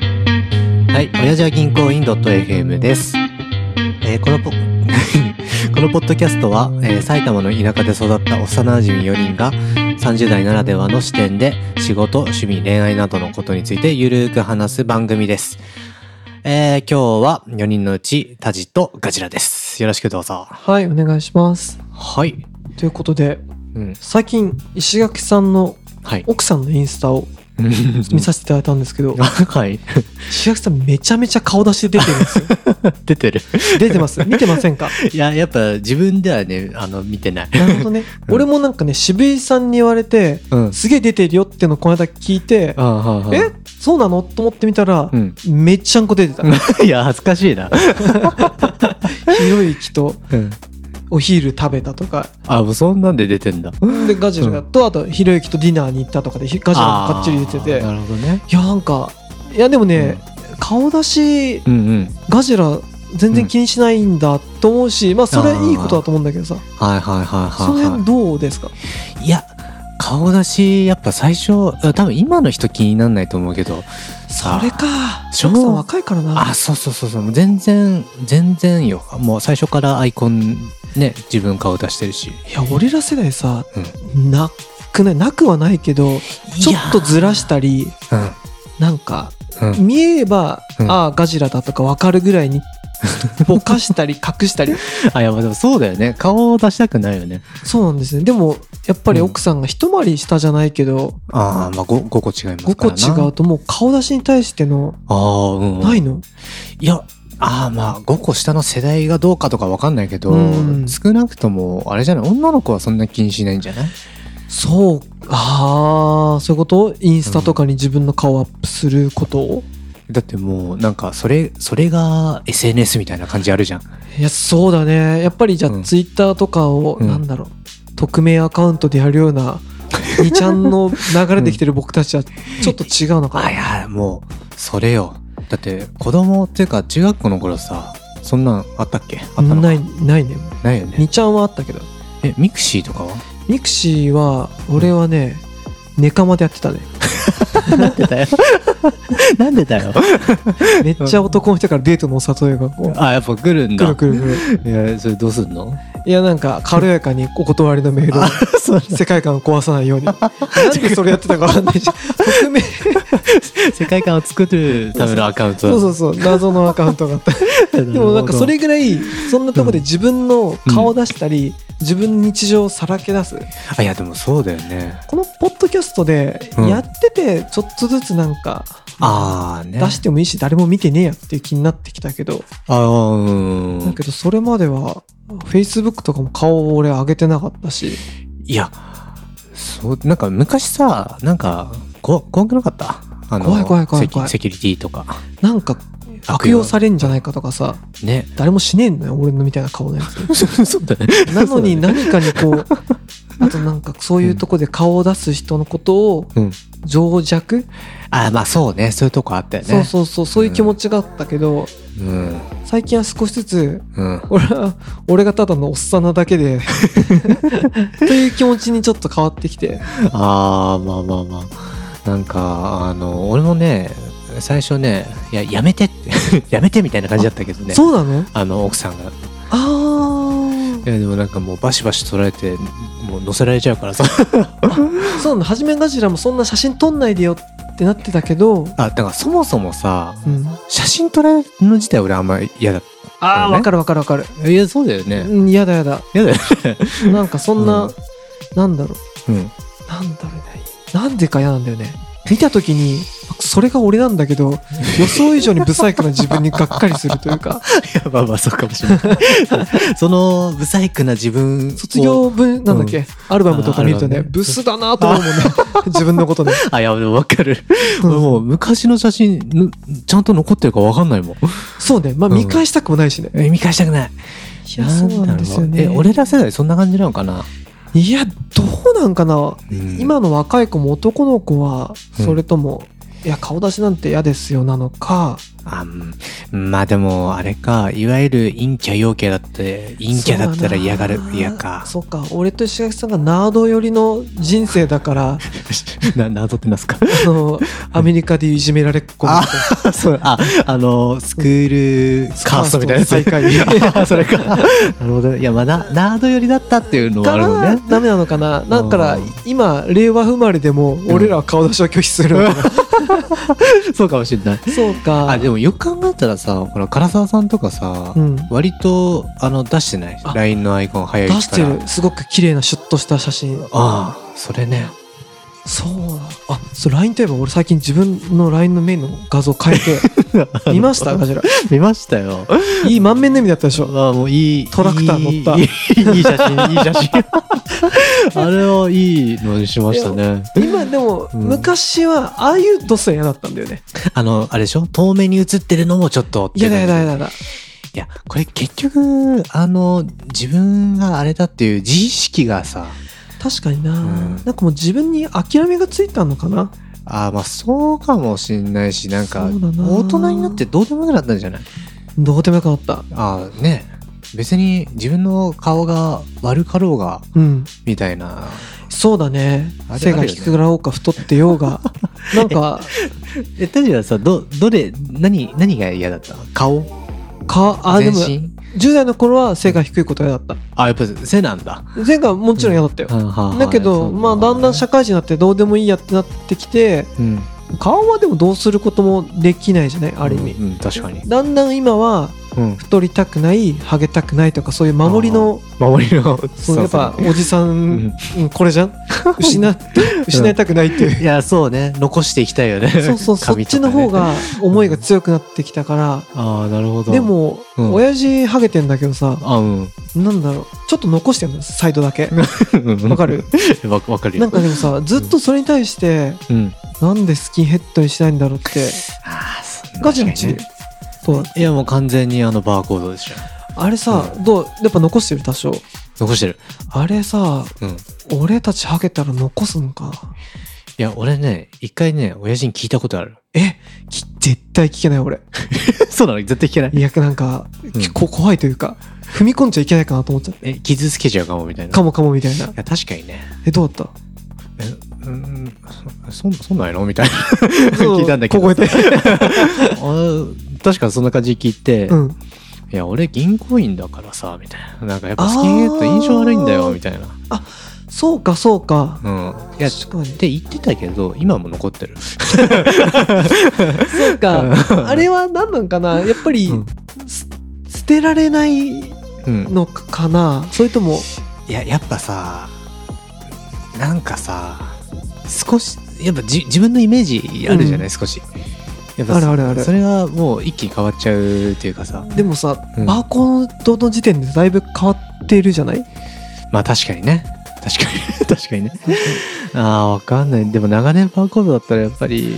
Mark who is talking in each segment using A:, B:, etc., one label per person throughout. A: はい、親父は銀行員 .fm です。えーこのポ、 このポッドキャストは、えー埼玉の田舎で育った幼馴染4人が30代ならではの視点で仕事、趣味、恋愛などのことについてゆるーく話す番組です。えー今日は4人のうちタジとガジラです。よろしくどうぞ。
B: はい、お願いします。
A: はい。
B: ということで、
A: うん。
B: 最近、石垣さんの
A: はい。、
B: 奥さんのインスタを見させていただいたんですけど
A: はい。
B: 石垣さんめちゃめちゃ顔出しで出てるんですよ。
A: 出てる。
B: 出てます。見てませんか
A: いや、やっぱ自分ではね、あの、見てない。
B: なるほどね。
A: うん
B: 俺もなんかね、渋井さんに言われて、
A: うん。
B: すげえ出てるよっていうのをこの間聞いて、
A: あはいはい
B: えそうなのと思ってみたら
A: う、ん。
B: めっちゃんこ出 てた。
A: いや、恥ずかしいな。
B: ひろゆきと
A: うん。
B: お昼食べたとか、
A: あ、もうそんなんで出てんだ。
B: で、ガジラと、あとひろゆきとディナーに行ったとかで、ひガジラがかっちり出てて、
A: あーなるほどね。
B: いやなんかいやでもね、顔出し
A: うんうん。
B: ガジラ全然気にしないんだと思うし、まあそれ
A: あー
B: いいことだと思うんだけどさ
A: はいはいはい
B: その
A: はい、
B: 辺どうですか
A: い。や、顔出し、やっぱ最初、あ多分今の人気になんないと思うけど、
B: そ
A: さ
B: れか
A: そ
B: シ
A: う
B: ョさん若いからな
A: あ、そうそうそうそう、もう全然、全然よ。もう最初からアイコン、ね、自分顔出してるし。
B: いや俺ら世代さ、なくないなくはないけどちょっとずらし。たり
A: う
B: なんか
A: ん。うん。
B: 見えれば、
A: うん
B: ああガジラだとか分かるぐら いにぼかしたり隠したり
A: あ、いや、まあでもそうだよね。顔を出したくないよね。
B: そうなんですねでもやっぱり奥さんが一回り下じゃないけど、
A: ああ、まあ 5, 5個違いますか
B: 5個
A: らな。
B: 違う。ともう顔出しに対しての
A: ああ、うん、うん。
B: ないの
A: いや、ああまあ、5個下の世代がどうかとかわかんないけど、
B: うん
A: 少なくとも、あれじゃない、女の子はそんな気にしないんじゃない
B: そうああそういうことインスタとかに自分の顔アップすることを、
A: だってもう、なんか、それ、それが SNS みたいな感じあるじゃん。
B: いやそうだねやっぱりじゃあ、
A: うん
B: ツイッターとかを、
A: うん
B: なんだろう匿名アカウントでやるよう な2ちゃんの流れできてる僕たちはちょっと違うのか
A: あ、
B: ない
A: や、もう、それよ。だって、子供っていうか、中学校の頃さ、そんなんあったっけあったのか
B: ないないね
A: ないよ
B: 2
A: ね。
B: ちゃんはあったけど
A: え、ミクシーとかは
B: ミクシーは俺はね、ネカまでやってたね
A: なんでだよ。 なんでだよ。
B: めっちゃ男の人からデートのお誘いがこ
A: あ、やっぱ来るん
B: うく
A: だ
B: る。くる くる
A: いや、それどうすんの
B: いやなんか軽やかにお断りのメールを
A: そう
B: 世界観を壊さな いようになんでそれやってたかわかんないし匿名
A: 世界観を作るためのアカウント
B: そうそうそう謎のアカウントがあった
A: で
B: でもなんかそれぐらいそんなとこで自分の顔出したり、自分の日常をさらけ出す
A: あいやでもそうだよね
B: このポッドキャストで
A: うん
B: やっててちょっとずつなんか、
A: ああね
B: 出してもいいし誰も見てねえやっていう気になってきたけど、
A: ああうん
B: だけどそれまでは Facebook とかも顔を俺上げてなかったし
A: いやそうなんか昔さなんかこ怖くなかったあの
B: 怖い怖い怖い
A: セキ
B: 怖い
A: セキュリティとか
B: なんか悪用されんじゃないかとかさ
A: ね
B: 誰もしねえんだよ俺のみたいな顔のやつ
A: そうだね
B: なのに
A: な
B: 何かにこう あとなんかそういうとこで顔を出す人のことを
A: うん
B: 情弱、
A: あまあそうねそういうとこあったよね
B: そうそうそうそういう気持ちがあったけど、
A: うん
B: 最近は少しずつ
A: うん
B: 俺は俺がただのおっさんなだけ でという気持ちにちょっと変わってきて
A: ああまあまあまあなんかあの俺もね最初ねいややめてって やめてみたいな感じだったけどね
B: そうなの
A: あの奥さんが
B: あ
A: いやでもなんかもうバシバシ取られてもう乗せられちゃうから さ
B: あそうなの初めガジラもそんな写真撮んないでよってなってたけど、
A: あだからそもそもさ
B: うん、あ
A: 写真撮られるの自体俺あんま嫌だ
B: あ
A: ー
B: わ、かるわかるわかる
A: いやそうだよね
B: うんやだやだ
A: 嫌だよ
B: なんかそんな、
A: うん
B: なんだろう
A: うん
B: なんだろうね。なんでか嫌なんだよね。見たときに、それが俺なんだけ ど、予想以上に不細工な自分にがっかりするというか、
A: いやまあまあそうかもし れないその不細工な自分を
B: 卒業文、なんだっけ、アルバムとか見ると
A: あーア
B: ね、
A: ルバムね
B: ブスだなと 思うもんね。自分のことね。
A: あいやでも分かる
B: うん
A: 俺もう昔の写真ぬちゃんと残ってるか分かんないもん
B: そうね。まあ
A: うん
B: 見返したくもないしね。
A: え見返したくない
B: いや、そうなんですよね。
A: え俺ら世代そんな感じなのかない
B: や、どうなんかな。
A: うん
B: 今の若い子も男の子は、
A: うん
B: それとも、いや、顔出しなんて嫌ですよなのか、
A: あうんまあでも、あれか、いわゆる陰キャ陽キャだって、陰キャだったら嫌がる
B: そうだ、な
A: 嫌か。
B: そうか俺と石垣さんがナード寄りの人生だから
A: な、謎ってなんすか
B: あのアメリカでいじめられっ子みたいな
A: そう、あ、あの、スクールカーストみたいなやつ。
B: 最下位
A: あそれか。なるほどね。いや、まあ、なナード寄りだったっていうのはあ
B: か
A: るもん
B: ら
A: ね。
B: ダメなのかなだから
A: うん
B: 今令和生まれでも俺らは顔出しを拒否するのかな
A: そうかもしれない。
B: そうか
A: あ、でもよく考えたらさ、ほら、唐沢さんとかさ、
B: うん
A: 割と、あの、出してない
B: あ
A: ?LINE のアイコン早い
B: 出
A: から。
B: してるすごく綺麗なシュッとした写真
A: ああ、それ ね。
B: そうなのあそう LINE といえば俺最近自分の LINE のメインの画像変 えて見ましたガジラ
A: 見ましたよ。
B: いい満面の意味だったでしょ
A: あもういい。
B: トラクター乗っ
A: い
B: た
A: いいいいい写真、いい写真。あれはいいのにしましたね。
B: 今でも
A: うん
B: 昔はああいうドスは嫌だったんだよね
A: あの、あれでしょ遠目に映ってるのもちょっと。
B: 嫌だ嫌だ嫌
A: だ。
B: だ嫌だ
A: いや、これ結局、あの、自分があれだっていう自意識がさ、
B: 確かにな、
A: ん
B: なんかもう自分に諦めがついたのかな
A: ああ、まあそうかもしんないし、なんか、
B: そうだな
A: 大人になってどうでもよくなったんじゃない
B: どうでもよくなった
A: ああ、ね。別に自分の顔が悪かろうが、
B: うん
A: みたいな。
B: そうだね
A: あれ
B: 背
A: あ
B: が
A: るよね
B: 低くなろうか太ってようが なんか
A: え、タジはさ、ど、どれ、何、何が嫌だった顔
B: かあでも
A: 全身
B: 10代の頃は背が低いことが嫌だっ
A: あ、やっぱ背なんだ。
B: た背がもちろん嫌だったよ、だけど、まあ、だんだん社会人になってどうでもいいやってなってきて
A: うん、
B: 顔はでもどうすることもできないじゃないある意味、
A: うん、確かに。
B: だんだん今は
A: うん。
B: 太りたくないハゲたくないとかそういう守りの
A: 周りの、
B: そうやっぱおじさん、うんこれ じゃん失っ失いたくないっていう、
A: いや、そうね。残していきたいよね。
B: そう そう、そっ
A: 髪と
B: ち
A: かね
B: の方。が思いが強くなってきたから、
A: ああ、なるほど。
B: で、も、
A: うん
B: 親父ハゲてんだけどさ
A: あうん。
B: なんだろうちょっと残してるのサイドだけわかる
A: わわかるよ。
B: なんかでもさずっとそれに対して、
A: うん。
B: なんでスキンヘッドにしないんだろうって
A: ああ、そ
B: ガチのちと
A: いや、もう完全にあの、バーコードでしょ。
B: あれさ、どうやっぱ残してる多少
A: 残してる。
B: あれさ
A: うん。い
B: 俺たちハゲたら残すのかな
A: や、俺ね、一回ね、親父に聞いたことある。
B: えき絶対聞けない俺
A: そうなの絶対聞けない。
B: いやなんか、
A: うん
B: こ怖いというか踏み込んじゃいけないかなと思っちゃって
A: え、傷つけちゃうかも、みたいな。
B: か
A: も。
B: もかもみたいない
A: や、確かにね。
B: えどうだっ
A: えうんそそそんなんやろみたいな
B: た
A: 聞いたんだけど
B: そう凍えて
A: あ確かそんな感じで聞いて、
B: うん
A: いや俺銀行員だからさみたいななんかやっぱスキンヘッド印象悪いんだよ
B: あー
A: みたいな
B: そうかそうか
A: うんいやっ
B: 確かに
A: て言ってたけど今も残ってる
B: そう
A: うん
B: かあれは何なんかなやっぱり、
A: うん
B: す捨てられない
A: うん
B: のかなそれとも
A: いややっぱさなんかさ少しやっぱじ自分のイメージあるじゃない、
B: う
A: 少しやっぱ
B: あるあるある
A: それがもう一気に変わっちゃうっていうかさ
B: でもさ、
A: うん
B: バーコードの時点でだいぶ変わってるじゃない
A: まあ確かにね確かに 確かにねああ、わかんない。でも長年バーコードだったらやっぱり、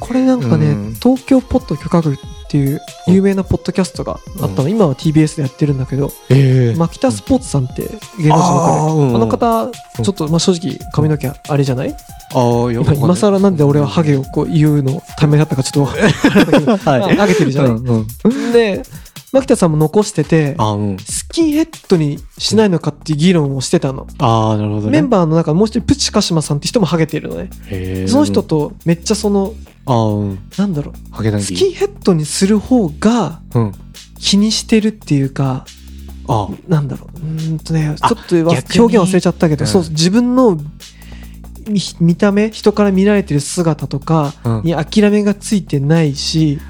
B: これなんかね、
A: うん
B: 東京ポッド許可局っていう有名なポッドキャストがあったの、今は TBS でやってるんだけど、
A: ええ
B: マキタスポーツさんって芸能人
A: あー
B: の
A: うんうん
B: 方あの方ちょっとまあ正直髪の毛あれじゃない、
A: ああ、よ
B: 今今更なんで俺はハゲをこう言うのためだったかちょっと分からないんだけど、
A: はい
B: まあハゲてるじゃない、
A: うんうん
B: でマキタさんも残してて
A: あーうん。
B: スキンヘッドにしないのかっていう議論をしてたの、
A: ああ、なるほどね。
B: メンバーの中もう一人プチカシマさんって人もハゲてるのね
A: へー
B: その人、とめっちゃその
A: ああ、うん。
B: なんだろ
A: ハゲダ
B: う
A: ン
B: ス
A: キ
B: キンヘッドにする方が
A: うん。
B: 気にしてるっていうか
A: あ
B: なんだろううーんとねち
A: あ
B: ょっとわ
A: 逆
B: 表
A: に
B: 現忘れちゃったけど、
A: うん
B: そう自分のみ見た目人から見られてる姿とか
A: あ、うん
B: に諦めがついてないし、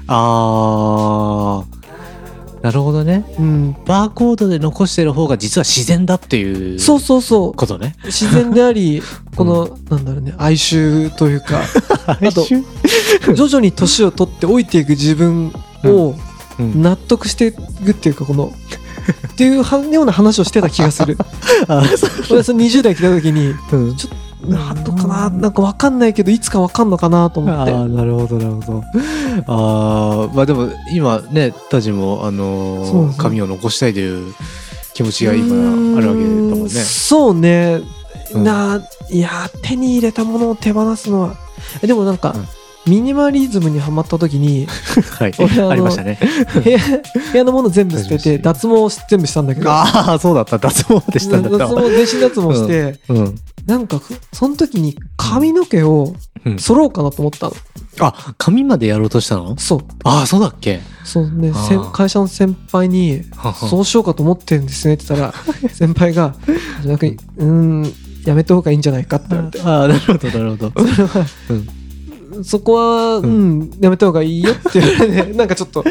A: ああ、なるほどね。
B: うん、
A: バーコードで残してる方が実は自然だっていう
B: そうそうそ
A: ことね。
B: う自然であ りこの、なんだろうね哀愁というか
A: あ
B: と徐々に年を取って老いていく自分を
A: うん、
B: 納得していくっていうかこのっていうはような話をしてた気が する
A: あーそ
B: 俺はその20代来た時に
A: ううん
B: なんとかななんかわかんないけどいつかわかんのかなと思
A: あ
B: って
A: あーなるほどなるほどああまあでも今ねたちもあ
B: そう
A: の
B: で
A: ー
B: すね
A: 髪を残したいという気持ちが今あるわけだもん
B: うー
A: ね
B: そうね、
A: うん
B: なあいや手に入れたものを手放すのはえでもなんか、
A: うん
B: ミニマリズムにはまった時に
A: はい
B: 俺あの
A: ありましたね
B: 部屋部屋のもの全部捨てて
A: 恥
B: 脱毛を全部したんだけど
A: あ あそうだった脱毛までしたんだった
B: 脱
A: わ
B: 毛全身脱毛して、
A: うん
B: なんかその時に髪の毛を
A: うん
B: 揃ろうかなと思ったの、
A: あ髪までやろうとしたの
B: そう
A: ああそうだっけ
B: そうね
A: あー
B: 先会社の先輩に
A: はは
B: そうしようかと思ってるんですねって 言ったら先輩が「なんかうーんやめた方がいいんじゃないか」って言われて
A: ああなるほどなるほど
B: そこは「う
A: うん
B: やめた方がいいよ」って言わ れてなんかちょっとい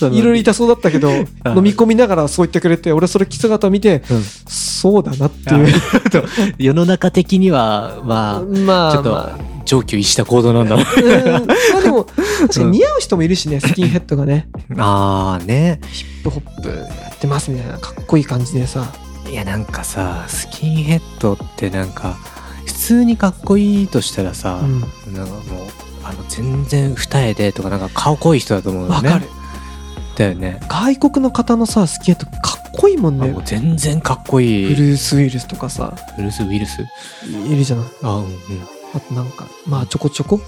B: ろいろ痛そうだったけど飲
A: ー
B: み込みながらそう言ってくれて俺はそれ着姿を見て
A: うん
B: そうだなって
A: あ
B: いう
A: ー ちょっと世の中的にはまあ
B: まあ
A: ちょっと
B: まあ
A: 上級した行動なんだろう
B: うんまあでも確かに似合う人もいるしねスキンヘッドがね
A: ああね
B: ヒップホップやってますみたいなかっこいい感じでさ
A: いやなんかさスキンヘッドってなんか普通にかっこいいとしたらさ、
B: うん
A: なんかもうあの全然二重でとかなんか顔濃い人だと思うよ
B: わ
A: ね
B: かる
A: だよね
B: 外国の方のさスキンヘッドかっこいいもん
A: あ
B: ね
A: もう全然かっこ
B: ブ
A: いい
B: ルース・ウィルスとかさ
A: ブルース・ウィルス
B: いるじゃない
A: あうん
B: あとなんかまあちょこちょこ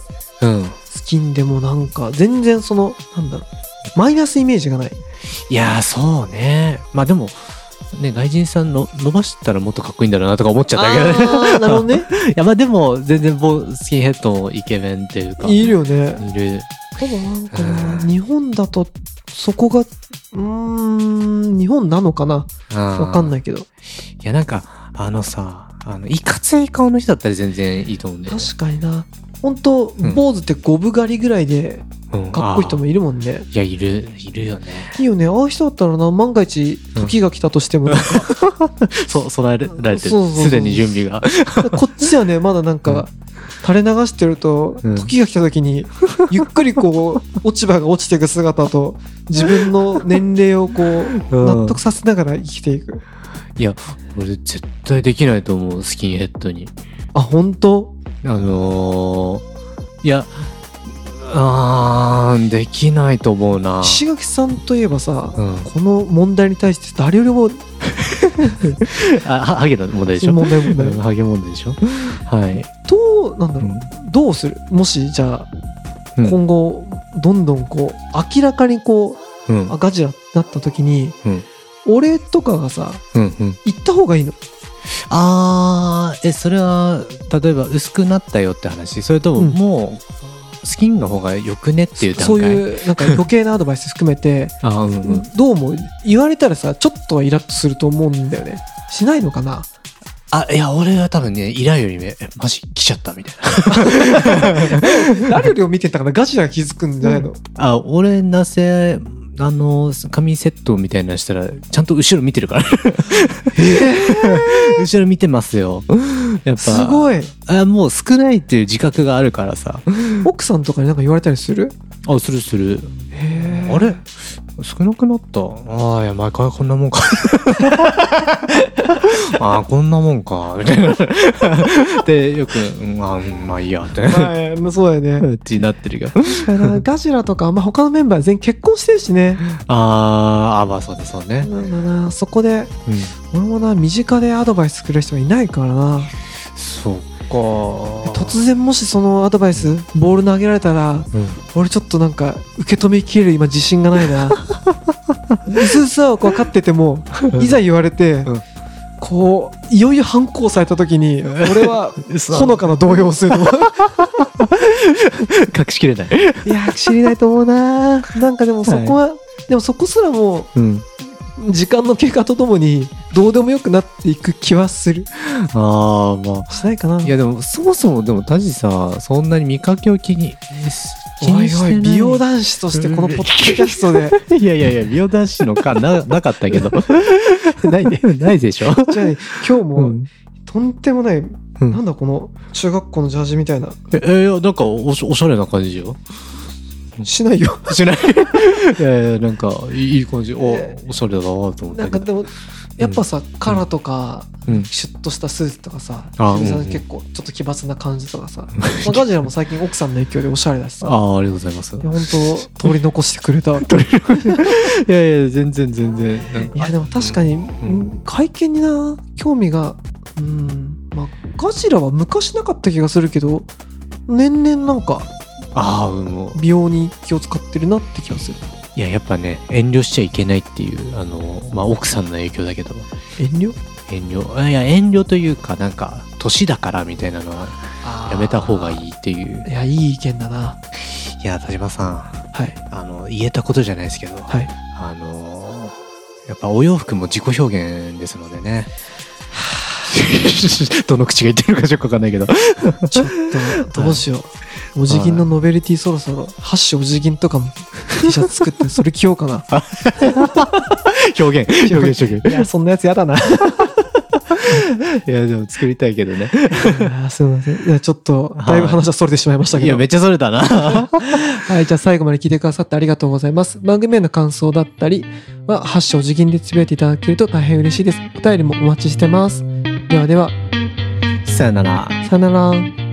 A: うんうん
B: スキンでもなんか全然そのなんだろうマイナスイメージがない
A: いやーそうねまあでもね外人さんの伸ばしたらもっとかっこいいんだろうなとか思っちゃったけどね
B: あーなるほどね
A: いやまあでも全然ボスキンヘッドもイケメンって いうか
B: いるよね
A: いる
B: ただなんかな
A: うん
B: 日本だとそこがうーん日本なのかなわ
A: わ
B: かんないいけど
A: いやなんかあのさあのいかつい顔の人だったら全然いいと思うんだよね
B: 確かにな本当
A: ん
B: 坊主って五分狩りぐらいで
A: うん
B: かっこいい人もいるもんね
A: あーいやいるいるよね
B: いいよねああいう人だったらな万が一時が来たとし ても、
A: そう備えられて
B: そう
A: る
B: そうそう
A: すでに準備が
B: こっちはねまだなんか垂れ流してると、
A: うん
B: 時が来た時にゆっくりこ う落ち葉が落ちていく姿と自分の年齢をこう
A: うん
B: 納得させながら生きていく
A: いや俺絶対できないと思うスキンヘッドに
B: あ本当
A: あのー、いやあーできないと思うな
B: 石垣さんといえばさ、
A: うん
B: この問題に対して誰よりも
A: あはハゲの問題でしょ
B: 問題問
A: うん
B: 題
A: ハゲ問題でしょはい
B: どうなんだ
A: う
B: ろ
A: ん
B: うどうするもしじゃあ、
A: うん
B: 今後どんどんこう明らかにこう
A: うん
B: あガジラになった時に、
A: うん
B: 俺とかがさ
A: うんうん
B: 行った方がいいの
A: あーえそれは例えば薄くなったよって話それとも
B: うん
A: もうスキンの方がよくねっていう段階
B: そういうなんか余計なアドバイス含めて
A: あー、 うんうん、
B: どうも言われたらさちょっとはイラッとすると思うんだよねしないのか な
A: あいや俺は多分ねイラよりねえマジ来ちゃったみたいな
B: 誰よりも見てたからガジラが気づくんじゃないの、
A: あ俺なぜあの髪セットみたいなのしたらちゃんと後ろ見てるから 後ろ見てますよやっぱ
B: すごい
A: あもう少ないっていう自覚があるからさ
B: 奥さんとかになんか言われたりする
A: あするする
B: へ
A: あれ少なくなったああいや毎回こんな もんかああこんなもんかみたいな でよく「うん、あーまあいいや」って
B: はいまあそうだよね
A: うちになってるが
B: 確かになガジラとか、まあ、他のメンバー全員結婚してるしね
A: あーあまあそうですそうね、
B: なんだなそこで
A: うん、
B: 俺もな身近でアドバイスくれる人がいないからな
A: そうか
B: 突然もしそのアドバイスボール投げられたら
A: うん
B: 俺ちょっとなんか受け止めきれる今自信がない なうすうすは分かっててもいざ言われて、
A: うん
B: こういよいよ反抗された時に俺は
A: 嘘
B: ほのかな動揺を すると思う
A: 隠しきれない、
B: いや知りないと思うななんかでもそこは、でもそこすらも
A: うん、
B: う時間の経過とともにどうでもよくなっていく気はする
A: ああまあ
B: しないかない
A: やでもそもそもでもタジさそんなに見かけを気に気
B: お
A: に
B: い
A: して
B: お
A: ない
B: い美容男子としてこのポッドキャストで
A: いやいやいや美容男子の感 ななかったけどないないでしょ、
B: じゃあ今日
A: う
B: も
A: ん
B: とんでもない、
A: うん
B: なんだこの中学校のジャージみたいな
A: え、えいや、なんかおし、おしゃれな感じよ。
B: しないよ
A: し ない。いやいや、なんか、いいい感じ。お、おしゃれだなと思ったけど。
B: なんかでもやっぱさ、カラーとか、
A: うん
B: シュッとしたスーツとかさ
A: あ
B: ヒロミさん
A: うんうん
B: 結構ちょっと奇抜な感じとかさ、まあガジラも最近奥さんの影響でおしゃれだしさ
A: ああ、ありがとうございます。い
B: いや本当通り残してくれたい
A: やいや、全然全然。なんか
B: やでも確かに、
A: ん
B: 会見にな興味がうんまあガジラは昔なかった気がするけど年々なんか
A: ああもう
B: 美容に気を使ってるなって気がする
A: いややっぱね遠慮しちゃいけないっていうあの、まあ、奥さんの影響だけど
B: 遠慮
A: 遠慮あいや遠慮というかなんか年だからみたいなのはやめた方がいいっていう
B: いやいい意見だない
A: や田島さ
B: はい
A: んあの言えたことじゃないですけど、
B: はい
A: あのやっぱお洋服も自己表現ですのでね どの口が言ってるかちょっとわかんないけど
B: ちょっとどうしようお辞儀のノベルティそろそろハッシュお辞儀とかも T シャツ作ってそれ着ようかな
A: 表現表現表現
B: いやそんなやつやだなあ
A: いやでも作りたいけどね
B: ーすいませんいやちょっとだいぶ話はそれてしまいました
A: い
B: けど
A: やめっちゃそれだな
B: はい、じゃあ最後まで聞いてくださってありがとうございます。番組への感想だったりは、ハッシュお辞儀でつぶやいていただけると大変嬉しいです。お便りもお待ちしてます。ではでは、
A: さよなら
B: さよなら。